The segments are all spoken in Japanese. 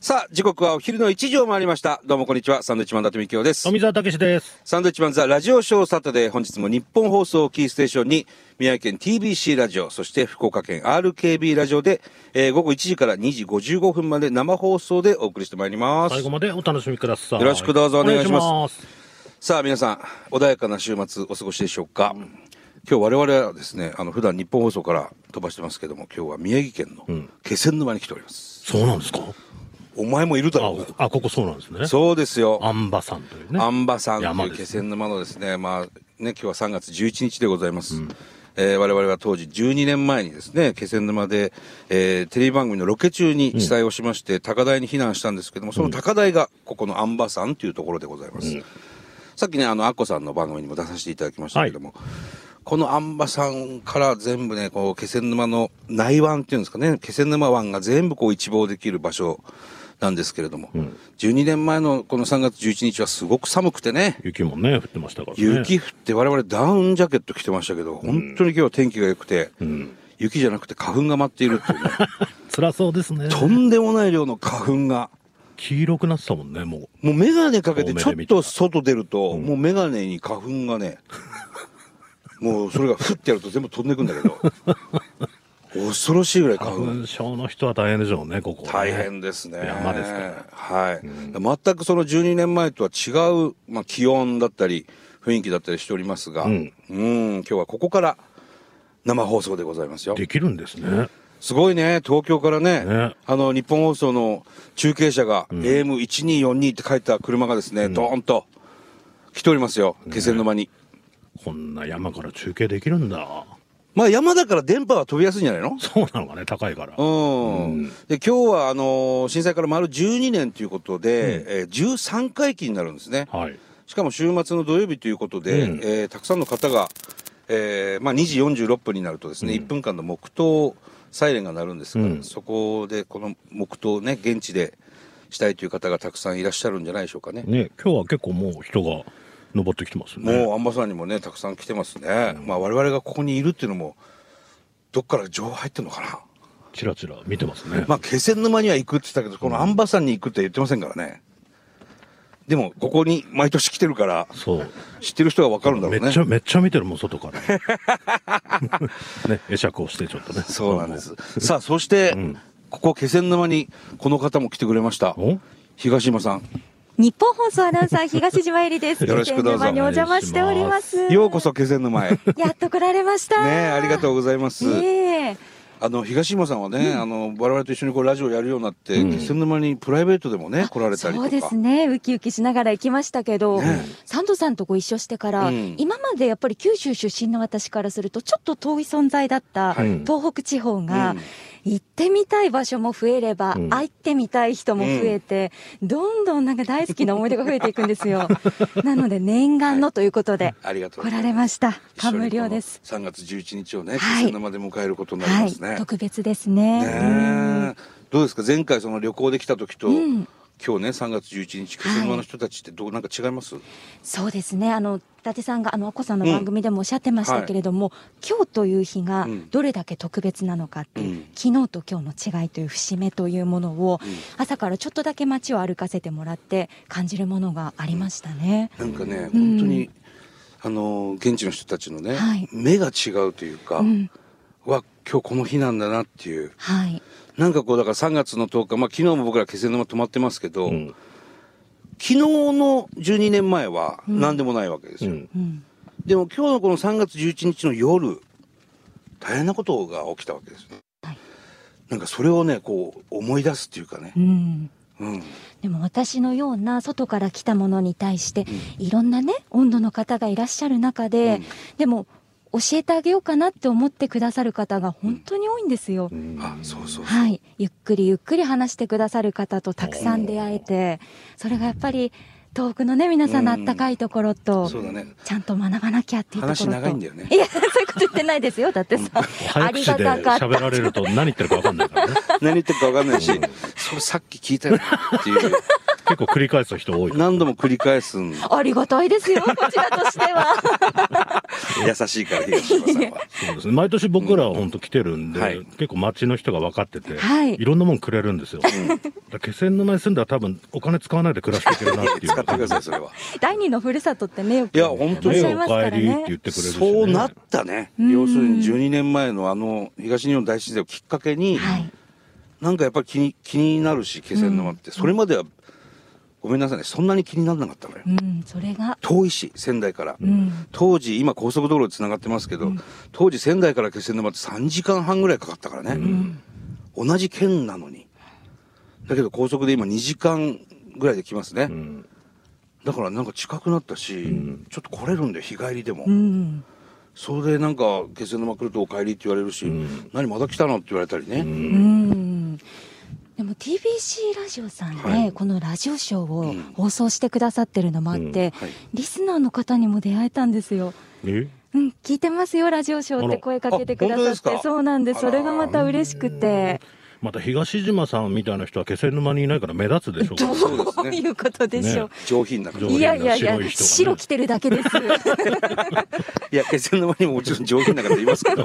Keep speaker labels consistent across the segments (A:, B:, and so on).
A: さあ、時刻はお昼の1時を回りました。どうもこんにちは。サンドウィッチマン伊達美京です。
B: 富澤たけしです。
A: サンドウィッチマンザラジオショーサタデー。本日も日本放送をキーステーションに、宮城県 TBC ラジオ、そして福岡県 RKB ラジオで、えー午後1時から2時55分まで生放送でお送りしてまいります。
B: 最後までお楽しみください。
A: よろしくどうぞお願いします
B: お願いし
A: さあ皆さん、穏やかな週末お過ごしでしょうか。今日我々はですね、あの、普段日本放送から飛ばしてますけども、今日は宮城県の気仙沼に来ております。
B: ますそうなんですか
A: お前もいるだろう
B: ああ、ここそうなんですね。
A: そうですよ。
B: アンバさんというね。
A: アンバさんと
B: 山
A: いう
B: で
A: 気
B: す
A: 仙沼のですね、まあね、今日は3月11日でございます。えー我々は当時12年前にですね、気仙沼で、えーテレビ番組のロケ中に被災をしまして、高台に避難したんですけども、その高台がここのアンバ山というところでございます。さっきね、あの、アッコさんの番組にも出させていただきましたけども、このアンバ山から全部ね、こう、気仙沼の内湾っていうんですかね、気仙沼湾が全部こう一望できる場所なんですけれども、12年前のこの3月11日はすごく寒くてね、
B: 雪もね、降ってましたからね。
A: 雪降って我々ダウンジャケット着てましたけど、本当に今日は天気が良くて、雪じゃなくて花粉が舞っているっていうね、
B: 辛そうですね。
A: とんでもない量の花粉が。
B: 黄色くなってたもんね、もう。
A: もうメガネかけて
B: 遠目
A: ち
B: で
A: ょっ
B: 見た
A: と外出ると、もうメガネに花粉が ね、もうそれがフッてやると全部飛んでくんだけど、 恐ろしいぐらい花粉
B: 花粉症の人は大変でしょうね、ここ、ね。
A: 大変ですね。
B: 山ですから。
A: はい。全くその12年前とは違う、まあ、気温だったり、雰囲気だったりしておりますが、うん
B: ん、
A: 今日はここから生放送でございますよ。
B: できるんですね。
A: すごいね、東京からね、
B: ね
A: あの、日本放送の中継車が、AM1242 って書いた車がですね、ドーンと来ておりますよ、気仙沼に。
B: こんな山から中継できるんだ。
A: まあ、山だから電波は飛びやすいんじゃないの
B: そうなのかね、高いから。
A: うん、で今日はあのー震災から丸12年ということで、えー13回忌になるんですね、
B: はい。
A: しかも週末の土曜日ということで、
B: うん
A: えーたくさんの方が、えーまあ、2時46分になるとですね、1分間の黙祷サイレンが鳴るんですが、
B: うん
A: そこでこの黙祷をね現地でしたいという方がたくさんいらっしゃるんじゃないでしょうかね。
B: ね、今日は結構もう人が登ってきてますね。
A: もうアンバサダーにもねたくさん来てますね、まあ我々がここにいるっていうのもどっから情報入ってるのかな
B: チラチラ見てますね。
A: まあ、気仙沼には行くって言ったけど、このアンバサンに行くって言ってませんからね。でも、ここに毎年来てるから、
B: そう。
A: 知ってる人がわかるんだろ
B: め
A: う
B: っちゃ、
A: ね。
B: めっちゃ見てるもん、外から。 ね、会釈をして、ちょっとね。
A: そうなんです。さあ、そして、ここ気仙沼に、この方も来てくれました
B: お。
A: 東島さん、
C: 日本放送アナウンサー東島えりです。
A: よろしくどうぞ
C: 気仙沼にお邪魔しております。
A: ようこそ気仙沼へ。 ね
C: やっと来られました。
A: え、ありがとう
C: う
A: ございます。
C: ねえ
A: あの、東島さんはね、あの、我々と一緒にこうラジオやるようになって、気仙沼にプライベートでもね、来られたりと
C: そ
A: か。
C: うですね。ウキウキしながら行きましたけど、
A: ね
C: サンドさんとご一緒してから、
A: うん
C: 今までやっぱり九州出身の私からすると、ちょっと遠い存在だった
A: はい
C: 東北地方が、
A: うん
C: 行ってみたい場所も増えれば、
B: うん
C: 会ってみたい人も増えて、どんどんなんか大好きな思い出が増えていくんです よ。なので、念願のということで、
A: ありがとう
C: 来
A: ございま
C: ら
A: す
C: れました。
A: 一緒
C: 感
A: に
C: 無
A: この
C: 量です。
A: 3月11日をね、
C: は
A: 気
C: い
A: 仙沼で迎えることになり
C: は
A: ますね。
C: い、特別ですね。うん
A: ねえどうですか前回その旅行できた時と、
C: うん
A: 今日ね3月11日気仙沼の人たちってどう、なんか違います
C: そうですね。あの、伊達さんが、あの、アッコさんの番組でもおっしゃってましたけれども、今日という日が
A: うん
C: どれだけ特別なのかっていう、
A: うん
C: 昨日と今日の違いという節目というものを、朝からちょっとだけ街を歩かせてもらって感じるものがありましたね。
A: なんかね、
C: うん
A: 本当にあのー現地の人たちのね、
C: はい
A: 目が違うというか、
C: うん。
A: は今日この日なんだなっていう
C: はい。
A: なんかこうだから3月の10日、まあ、昨日も僕ら気仙沼泊まってますけど、
B: うん。
A: 昨日の12年前は何でもないわけです
B: う
A: よ、
B: ん。
C: うん。
A: でも今日のこの3月11日の夜、大変なことが起きたわけですね。
C: はい
A: なんかそれをね、こう思い出すっていうかね
C: う。ん。
A: うん。
C: でも私のような外から来たものに対して、いろんなね、温度の方がいらっしゃる中で、
A: うん
C: でも、教えてあげようかなって思ってくださる方が本当に多いんですよ。
A: あ、そうそう。
C: はい。ゆっくりゆっくり話してくださる方とたくさん出会えて、それがやっぱり、遠くのね、皆さんのあったかいところと、
A: そうだね。
C: ちゃんと学ばなきゃっていうところと。
A: 話長いんだよね
C: いや、そういうこと言ってないですよ。だってさ、あ
B: 早
C: り
B: 口
C: が
B: で
C: たかった。
B: 喋られ ると何言ってるか分かんないからね。
A: 何言ってるか分かんないし、それさっき聞いたよなっていう。
B: 結構繰り返す人多い。
A: 何度も繰り返すん
D: ありがたいですよ、こちらと しては。
A: 優しいから東島さんは。
B: そうですね。毎年僕らは本当来てるんで、
A: うんはい
B: 結構街の人が分かってて、
D: はい
B: ろんなもんくれるんですよ。だから気仙沼に住んだら多分お金使わないで暮らしていけるなっていう。
A: 使ってくださいそれは。
D: 第二のふるさとってね、よく
A: いや本当に
D: おっしゃいますから
B: ねお帰りって
D: ね
B: 言っ。てくれるし、ね。
A: そうなったね。
D: うん
A: 要するに12年前のあの東日本大震災をきっかけに、
D: はい。
A: なんかやっぱり気に気になるし気仙沼って、それまではごめんなさいねそんなに気にならなかったのよ。
D: うん、それが。
A: 遠いし仙台から。
D: うん。
A: 当時今高速道路でつながってますけど、当時仙台から気仙沼って3時間半ぐらいかかったからね、同じ県なのにだけど高速で今2時間ぐらいで来ますね、
B: うん。
A: だからなんか近くなったし、ちょっと来れるんだよ日帰りでも、
D: うん。
A: それでなんか気仙沼来るとお帰りって言われるし、
B: うん
A: 何まだ来たのって言われたりね、
D: うん。でも TBC ラジオさんで、
A: はい
D: このラジオショー
A: う
D: を
A: ん
D: 放送してくださってるのもあって、
B: うん
A: はい
D: リスナーの方にも出会えたんですよ。
B: え
D: うん、聞いてますよ、ラジオショーって声かけてくだ
A: あ本当
D: さ
A: で
D: っ
A: すか
D: て。そうなんです。
A: あら
D: それがまた嬉しくて。
B: また東島さんみたいな人は気仙沼にいないから目立つでしょうから
D: ど
B: ね
A: そうです
D: う
A: ね
D: いうことでしょう。
A: 上品な感じ
B: 上
D: い
B: 品
D: や
B: ない
D: やいや
B: 白い人がね、
D: 白着てるだけです。
A: いや気仙沼にももちろん上品な方いますけ ど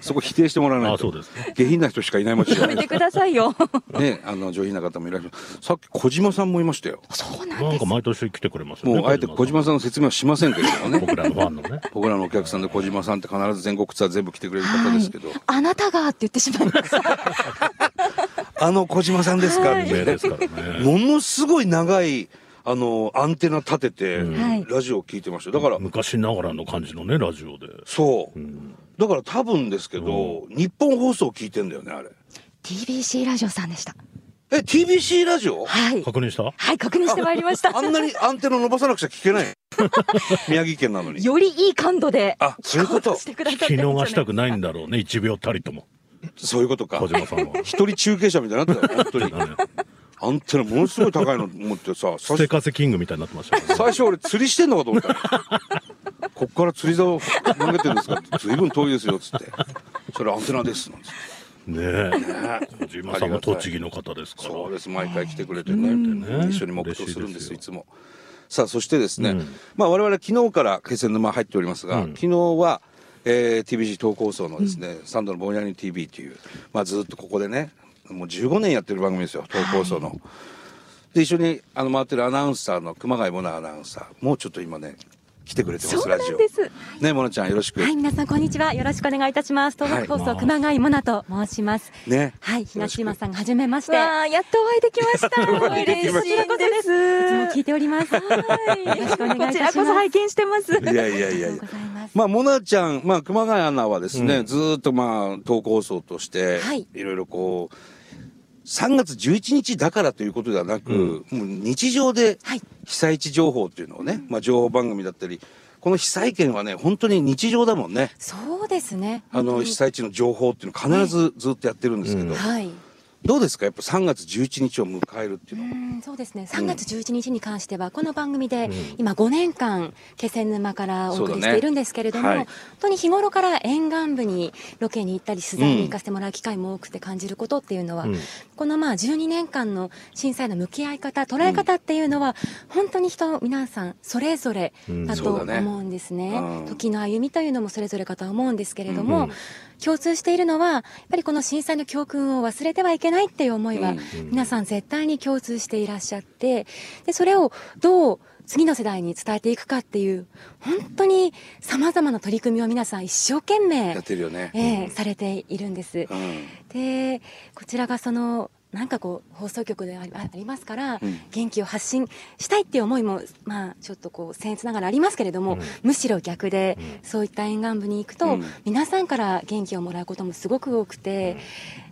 A: そこ否定してもらわないと
B: あそうです
A: 下品な人しかいない街じゃ
D: や
A: ない
D: めてくださいよ。
A: ね、あの上品な方もいらっしゃる。さっき小島さんもいましたよ。
D: そうなん
B: な
D: で
B: ん
D: す
B: か。毎年来てくれますよね。
A: もうあえて小島さんの説明はしませんけれどもね。
B: 僕らのファンのね。
A: 僕らのお客さんで小島さんって必ず全国ツアー全部来てくれる方ですけど、
D: あなたがって言ってしまいました。
A: あの小島さんですか、
D: はい
A: み
B: 有
A: た
B: 名
A: い
B: ですか
A: な
B: らね。
A: ものすごい長いあのアンテナ立てて、
D: はい
A: ラジオを聞いてましたよだから、
B: 昔ながらの感じのね、ラジオで。
A: そう、
B: ん
A: だから多分ですけど、日本放送聞いてんだよねあれ
D: TBC ラジオさんでした。
A: え TBC ラジオ
D: はい。
B: 確認した
D: はい、確認してまいりました。
A: あんなにアンテナ伸ばさなくちゃ聞け ない宮城県なのに
D: よりいい感度で
A: あそういう
D: 聞
A: こと
D: こうとしてくだ
B: 聞
D: さって
B: き
D: るんじゃ
B: 逃
D: ない
B: したくないんだろうね、1秒たりとも。
A: そういうことか
B: 小島さんは。
A: 一人中継者みたいになってたよ本当に
B: ね
A: アンテナものすごい高いの持ってさ
B: ス
A: 最
B: テ
A: 初
B: カセキングみたいになってましたからね
A: 最初俺釣りしてんのかと思ったよこっから釣り竿投げてるんですかって随分遠いですよっつってそれアンテナですなんつって
B: ね
A: ね
B: え。小島さんも栃木の方ですから。
A: そうです毎回来てくれてね、
B: ん
A: 一緒に黙祷するんです
B: 嬉しいですよ
A: いつもさあそしてですね、
B: うん
A: まあ我々昨日から気仙沼入っておりますが、
B: うん
A: 昨日は、えー TBC 東高層のですね、サンドのぼんやり TV という、まあ、ずっとここでねもう15年やってる番組ですよ東高層の、で一緒にあの回ってるアナウンサーの熊谷モナアナウンサーもうちょっと今ね来てくれてます
D: そうな
A: ラ
D: ん
A: ジオ
D: です
A: ねモナちゃんよろしく、
C: はい、皆さんこんにちは。よろしくお願いいたします。東北放
B: はい
C: 送熊谷モナと申します。
A: ね
C: はい、東島さん、はじめまして。
D: わあ、やっとお会いできました。 嬉しいん
C: こちらこそ
D: です。
C: いつも聞いております。はい、よろしくお願いい
D: こ
C: た
D: ち
C: し
D: ら
C: ます。
D: こそ拝見してます。
A: いやいやい
C: あ
A: や
C: り
A: い
C: がと
A: や
C: うございます。
A: まあ、モナちゃん、まあ、熊谷アナはですね、ずーっとまあ、投稿層として、
C: はい
A: い。ろいろこう、3月11日だからということではなく、もう日常で
C: はい
A: 被災地情報っていうのをね、まあ、情報番組だったり、この被災県はね、本当に日常だもんね。
C: そうですね。
A: あ
C: 本
A: の、
C: 当に
A: 被災地の情報っていうの必ずずっとやってるんですけど、
C: はい。
A: どうですかやっぱ3月11日を迎えるっていうのは。
C: うんそうですね。3月11日に関しては、この番組で、今5年間、気仙沼からお送
A: そうだ
C: りし
A: ね
C: ているんですけれども、
A: はい
C: 本当に日頃から沿岸部にロケに行ったり、取材に行かせてもらう機会も多くて感じることっていうのは、
B: うん
C: このまあ12年間の震災の向き合い方、捉え方っていうのは、本当に人、皆さん、それぞれだと
A: うんそうだね
C: 思うんですね。
A: うん
C: 時の歩みというのもそれぞれかとは思うんですけれど
B: うんう
C: も
B: ん、
C: 共通しているのは、やっぱりこの震災の教訓を忘れてはいけないっていう思いは、
A: うん
C: 皆さん絶対に共通していらっしゃって、で、それをどう次の世代に伝えていくかっていう、本当に様々な取り組みを皆さん一生懸
A: やっ
C: 命、
A: てるよね。
C: ええされているんです。
A: うん。
C: でこちらがそのなんかこう放送局でありあありますから、
A: うん
C: 元気を発信したいっていう思いも、まあ、ちょっとこう僭越ながらありますけれども、むしろ逆で、そういった沿岸部に行くと、
A: うん
C: 皆さんから元気をもらうこともすごく多くて、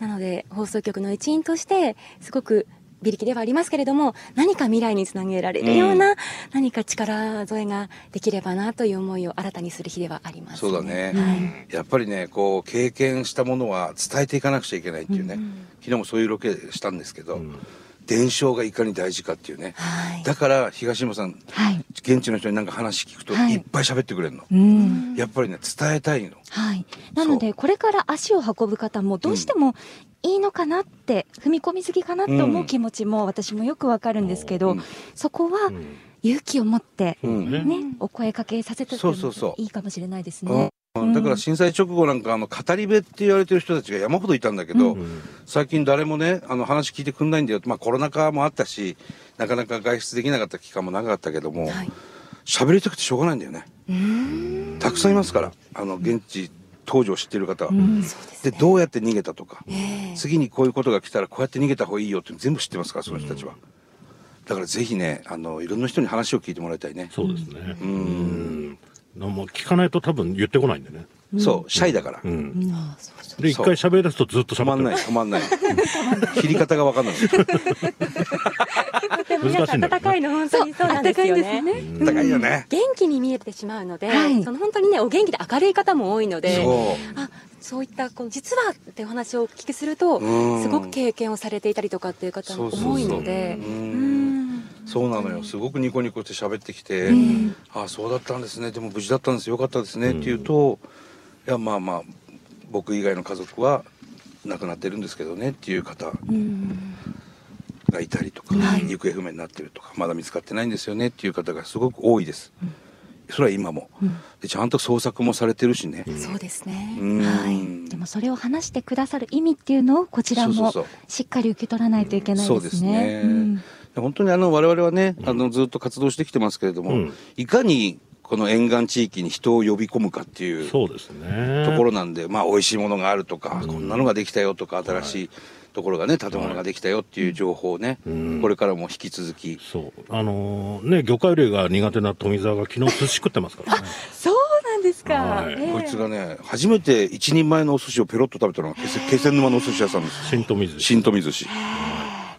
C: なので放送局の一員としてすごく微力ではありますけれども何か未来につなげられるような、何か力添えができればなという思いを新たにする日ではあります、
A: そうだね、
C: はい
A: やっぱりねこう経験したものは伝えていかなくちゃいけないっていうね、昨日もそういうロケしたんですけど、伝承がいかに大事かっていうね、
C: はい
A: だから東山さん
D: はい。
A: 現地の人に何か話聞くと
D: はい
A: いっぱい喋ってくれるの、
D: うん。
A: やっぱりね伝えたいの
D: はい。なので、これから足を運ぶ方も、どうしても、
C: いいのかなって踏み込みすぎかなって思う気持ちも私もよくわかるんですけど、
A: うん
C: そこは
B: うん
C: 勇気を持って、
A: う
B: そうんね。
C: ねお声かけさせて
A: そうそうそう
C: いいかもしれないですね。
A: うん、だから震災直後なんかあの語り部って言われてる人たちが山ほどいたんだけど、
B: うん
A: 最近誰もねあの話聞いてくんないんだよ、まあ、コロナ禍もあったしなかなか外出できなかった期間も長かったけども
D: はい
A: 喋、りたくてしょうがないんだよね
D: うん
A: たくさんいますからあの現地当時を知っている方は、
C: うん
D: そうです
A: で
D: ね
A: どうやって逃げたとか、
D: ええ
A: 次にこういうことが来たらこうやって逃げた方がいいよって全部知ってますからその人たちは、だからぜひねあのいろんな人に話を聞いてもらいたいね
B: そうですね。
A: う
B: うんん。なんも聞かないと多分言ってこないんでね。
A: そうシャイだから、
B: うん。
D: あそうそう
B: で、一回喋り出すとずっと
A: 止
B: 喋
A: ま
B: っ
A: ん
B: て
A: ない
B: る。
A: 止まんない切り方が分かんない
D: とても皆さん暖かいの本当にそうなんですよね。
C: ね。
B: うん
A: 高いよね、
D: 元気に見えてしまうので、
C: はい
D: その本当にねお元気で明るい方も多いので、
A: そ
D: あそういったこの実はってお話をお聞きすると、
A: うん
D: すごく経験をされていたりとかっていう方も
A: そうそうそう
D: 多いので
A: う、う
D: うんん
A: そうなのよすごくニコニコして喋ってきて、
D: ん
A: ああそうだったんですねでも無事だったんですよかったですね、って言うといやまあまあ僕以外の家族は亡くなってるんですけどねっていう方がいたりとか、行方不明になってるとかまだ見つかってないんですよねっていう方がすごく多いです、それは今も、でちゃんと捜索もされてるしね、
D: そうですね。
A: うん
C: はい。でもそれを話してくださる意味っていうのをこちら
A: そう
C: も
A: そうそう
C: しっかり受け取らないといけない
A: そう
C: で
A: です
C: すね。
A: ね。
C: うん
A: 本当にあの我々はね、あのずっと活動してきてますけれども、
B: うん
A: いかにこの沿岸地域に人を呼び込むかっていうと
B: そうですね。
A: ころなんで、まあ美味しいものがあるとか、
B: うん
A: こんなのができたよとか、新しいところがね、建物ができたよっていう情報をね、
B: うん
A: これからも引き続き。
B: そう。あのーね、魚介類が苦手な富澤が昨日寿司食ってますからね。
C: そうなんですか。
B: はい
C: ええ
A: こいつがね、初めて一人前のお寿司をペロッと食べたのが気仙気仙沼のお寿司屋さんです。
B: 新富水。
A: 新富寿司。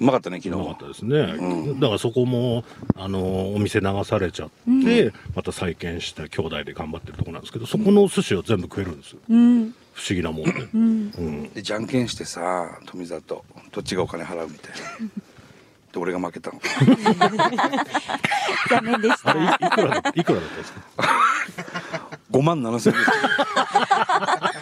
A: うまかったね、昨
B: う
A: 日
B: まかっ
A: は。
B: たですね、だからそこもあのお店流されちゃって、また再建した兄弟で頑張ってるところなんですけどそこのお寿司を全部食えるんですよ
C: うん。
B: 不思議なもんで、
C: うん。
B: うん
A: で、じゃんけんしてさ、富澤と、どっちがお金払うみたいな。で、俺が負け たの。
C: 残念でし
B: あれいい
C: た。
B: くらだいくらだった んですか
A: 5万7千円です。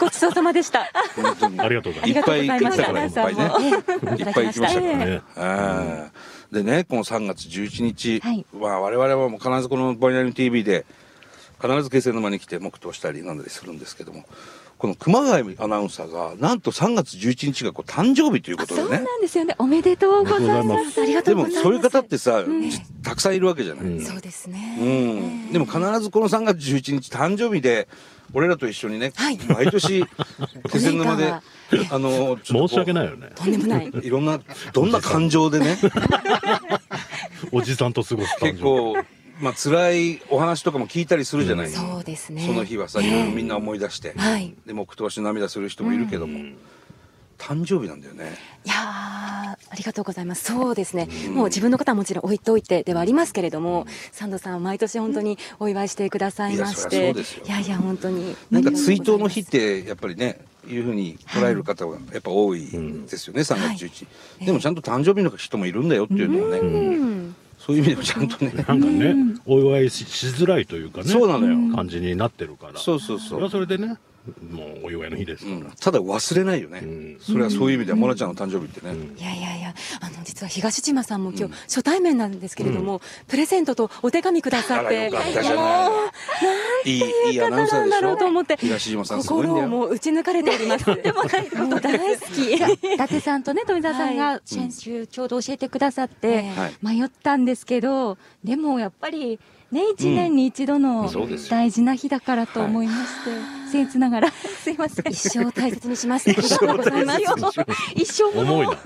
D: ごちそうさまでした。
A: 本当に
B: ありがとうござ
A: い
B: い
A: っ
B: ま
A: ぱい行きたからい
D: あ
A: っ
D: り
A: ぱ
D: がと
A: いうね
D: ございました
A: いっぱい行きましたから
B: え
A: ね
B: え。
A: あーでねこの3月11日、
C: はい
A: まあ、我々はもう必ずこの「バイナリー TV」で必ず気仙沼に来て黙祷したりなんだりするんですけどもこの熊谷アナウンサーがなんと3月11日がこう誕生日ということで
C: そう
A: ね
C: なんですよね。おめでとうございま。
B: おめでとうございます
C: ありがと
A: で
C: うご
A: も
C: ざいます。
A: そういう方ってさ、
C: ん
A: じたくさんいるわけじゃない、
B: うん
D: そうです
A: う
D: ね。
A: ん、でも必ずこの3月11日誕生日で俺らと一緒にね、
D: はい
A: 毎 年気仙沼で
D: お年間は
A: あのちょっ
B: 申
A: とこう
B: し訳ないよね
D: とんで もない。
A: いろんなどんな感情でね
B: おじさんと過ごす感じ
A: 結構まあ辛いお話とかも聞いたりするじゃない、
D: そうですね。
A: その日はさ、
D: ええ
A: いろいろみんな思い出して、
D: はい
A: で黙祷して涙する人もいるけども、誕生日なんだよね
D: いやーありがとうございます。そうですね。もう自分のことはもちろん置いといてではありますけれども、サンドさんは毎年本当にお祝いしてくださいまし
A: いやそ
D: て、
A: りゃそうですよ
D: いやいや本当に
A: なんか追悼の日っ
D: あり
A: てやっぱりねいうふうに捉える方がやっぱ多いですよね、3月11、でもちゃんと誕生日の人もいるんだよっていうのをね、
D: がとうございます。
A: そういう意味でもちゃんとね、
B: なんかねお祝いししづらいというかね
A: そうなのよ
B: 感じになってるから
A: そうそうそ
B: れは
A: う、
B: それでねもうお祝いの日です
A: う
B: から、
A: ん、ただ忘れないよね、
B: ん
A: それはそういう意味ではモナちゃんの誕生日ってね、
D: うんいやいやいやあの実は東島さんも今日初対面なんですけれども、プレゼントとお手紙くださっ
A: あら
D: て
A: よかったじゃ
D: もう
A: ないいいいいアナウンサー
D: なん
A: で
D: だ
A: し
D: ろ
A: ょ
D: うと思って
A: 東島さんすごいんだ
D: 心を
A: よ
D: もう打ち抜かれております。でもないこと大好き。
C: 伊達さんとね富澤さんが先週ちょうど教えてくださって
A: はい
C: 迷ったんですけど、でもやっぱりね一年に一度
A: う
C: の
A: んそうですよ
C: 大事な日だからと思いまして、僭越な がらすいません
D: 一生大切にします。ありがとうございます。
C: 一生もの
B: 重いない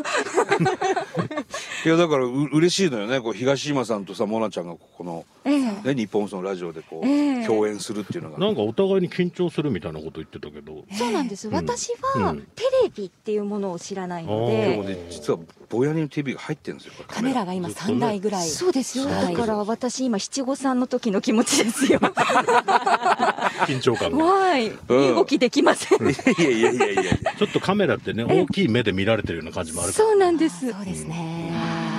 A: やだからう嬉しいのよねこう東島さんとさモナちゃんがここの、
C: ええ
A: ね、日本放送のラジオでこう、
C: ええ
A: 共演するっていうのが
B: なんかお互いに緊張するみたいなこと言ってたけど
C: そうなんです、
B: ん
C: 私
B: う
C: は
B: ん
C: テレビっていうものを知らないの
B: あー
A: で
B: で
A: も
C: で、
A: ね実はボヤニの TV が入ってるんですよこれ
D: カメラが今三台ぐらい。
C: そうですよ、
D: はい
C: だから私今七五三の時の気持ちです よ
B: 緊張感が
C: わーい、身動きできません、
A: いやいやいやいやい や
B: ちょっとカメラってね、大きい目で見られてるような感じもあるから。
C: そうなんです
D: そうですね。
C: あー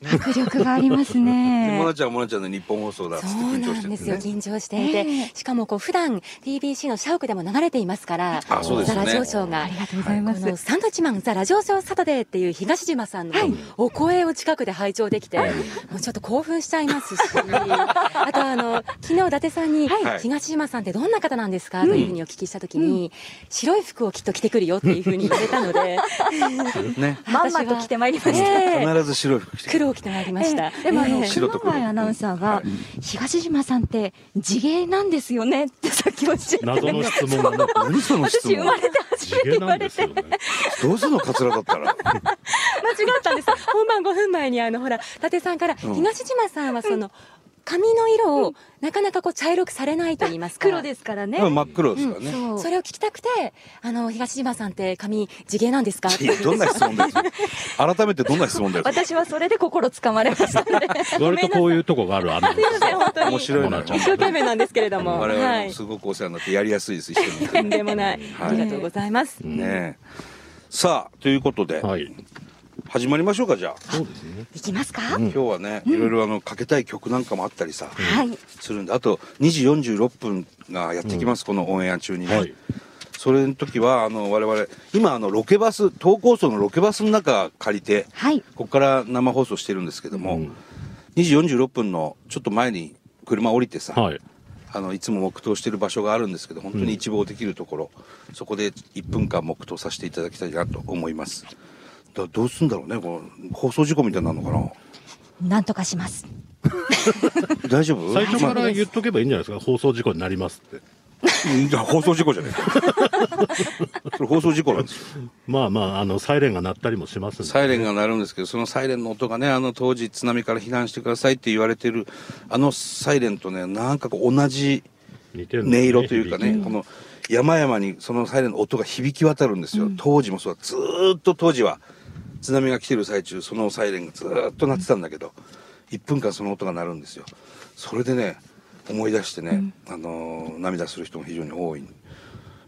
C: 迫力があります
A: でモ
C: ね
A: ナ。ちゃんはモナちゃんの日本放送だっつって
D: そう
A: 緊張
D: な
A: してる
D: ん
A: ん
D: で
A: ですす
D: よ、
A: ね。
D: 緊張していて、
C: ええ
D: しかもこう普段 TBC の社屋でも流れていますから、
A: あそうです
D: ザ
A: よね
D: ラ上昇が。
C: ありがとうございま
D: こ
C: す。
D: のサンドイッチマンザラ上昇サタデーっていう東島さんの
C: はい
D: お声を近くで拝聴できて、もうちょっと興奮しちゃいますし、 あとあの昨日伊達さんに、
A: はい
D: 東島さんってどんな方なんですかというふうにお聞きしたときに、白い服をきっと着てくるよっていうふうに言われたの で、
A: ね。
E: まんまと来てまいりました。
D: ええ
A: 必ず白い服着てくる。
D: 黒を着てまいりました。
C: ええでもあの、
D: ええ
A: 白と黒
C: 熊谷アナウンサーが、東島さんって地毛なんですよねってさっきおっしゃって
B: 謎の質問がね
A: 何その質
E: 私生まれ
A: 問。
E: て初めて
B: 地毛
E: 言
B: な
E: わ
B: んで
E: れ
B: す
E: て
B: よ。ね。
A: どうすんのカツラだったら。
D: 間違ったんです本番5分前にあのほら伊達さんから
A: うん
D: 東島さんはその髪の色をなかなかこう茶色くされないと言い ますか
E: 黒ですからね。
A: まあ真っ黒ですからね。
C: そう
D: それを聞きたくてあの東島さんって髪地毛なんですか
A: いやどんな質問だ よ。改めてどんな質問だよ。
E: 私はそれで心つかまれましたので。
B: 割 とこういうとこがあるアナウンサー。
D: 本当に
A: 面白いな。
B: 一
D: 一生懸命なんですけれども
A: 我
D: は
A: 々
D: い
A: もすごくお世話になってやりやすいです一緒に
D: とんでもない
A: はい
D: ありがとうございます
A: ねえ。さあということで
B: はい。
A: 始まりましょうかじゃあ。
B: そうですね。
C: いきますか、
A: 今日はねいろいろあのかけたい曲なんかもあったりさ
C: はい。
A: するんであと2時46分がやってきますこのオンエア中にね。
B: はい。
A: それの時はあの我々今あのロケバス東高層のロケバスの中借りて
C: はい。
A: ここから生放送してるんですけども、
B: うん
A: 2時46分のちょっと前に車降りてさ、
B: はい。
A: あのいつも黙祷してる場所があるんですけど本当に一望できるところ、そこで1分間黙祷させていただきたいなと思いますだどうすんだろうねこの放送事故みたいになるのか
C: なんとかします。
A: な大丈夫
B: 最初か
A: まあ
B: ら言っとけばいいんじゃないですか。放送事故になりますって。
A: いや放送事故じゃね えかそれ放送事故なんですよ
B: まあまあ、あの、サイレンが鳴ったりもしますんで。
A: サイレンが鳴るんですけど、そのサイレンの音がね、あの当時津波から避難してくださいって言われてる、あのサイレンとね、なんかこう同じ
B: 似てるん
A: 音
B: ですね
A: 色というかね、この山々にそのサイレンの音が響き渡るんですよ。当時もそうだ、ずーっと当時は、津波が来てる最中、そのサイレンがずーっと鳴ってたんだけど、1分間その音が鳴るんですよ。それでね、思い出してね、あのー涙する人も非常に多い。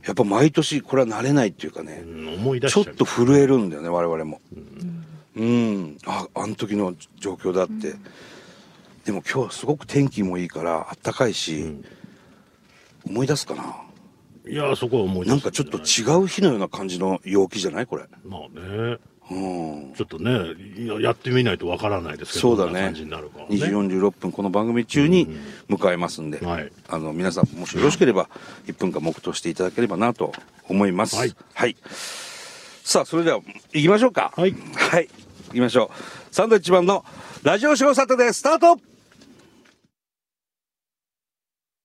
A: やっぱ毎年これは慣れないっていうかね、
B: うん思い出し
A: ちょっ
B: ちゃう
A: と震えるんだよね我々もうん、ああの時の状況だって、でも今日はすごく天気もいいからあったかいし、思い出すかない
B: や、そこは思い出
A: なん
B: す
A: かちょっと違う日のような感じの陽気じゃないこれ
B: まあね。
A: うん
B: ちょっとね、ややってみないとわからないですけ
A: そ
B: ど、
A: うだ
B: どんな
A: ね
B: 感じになるかはね
A: 2時46分この番組中に迎えますんで、
B: はい
A: あの皆さんもしよろしければ1分間黙祷していただければなと思います
B: はい
A: さあそれでは行きましょうか
B: はい
A: はい行きましょうサンドウィッチマンのラジオショーサタデースタート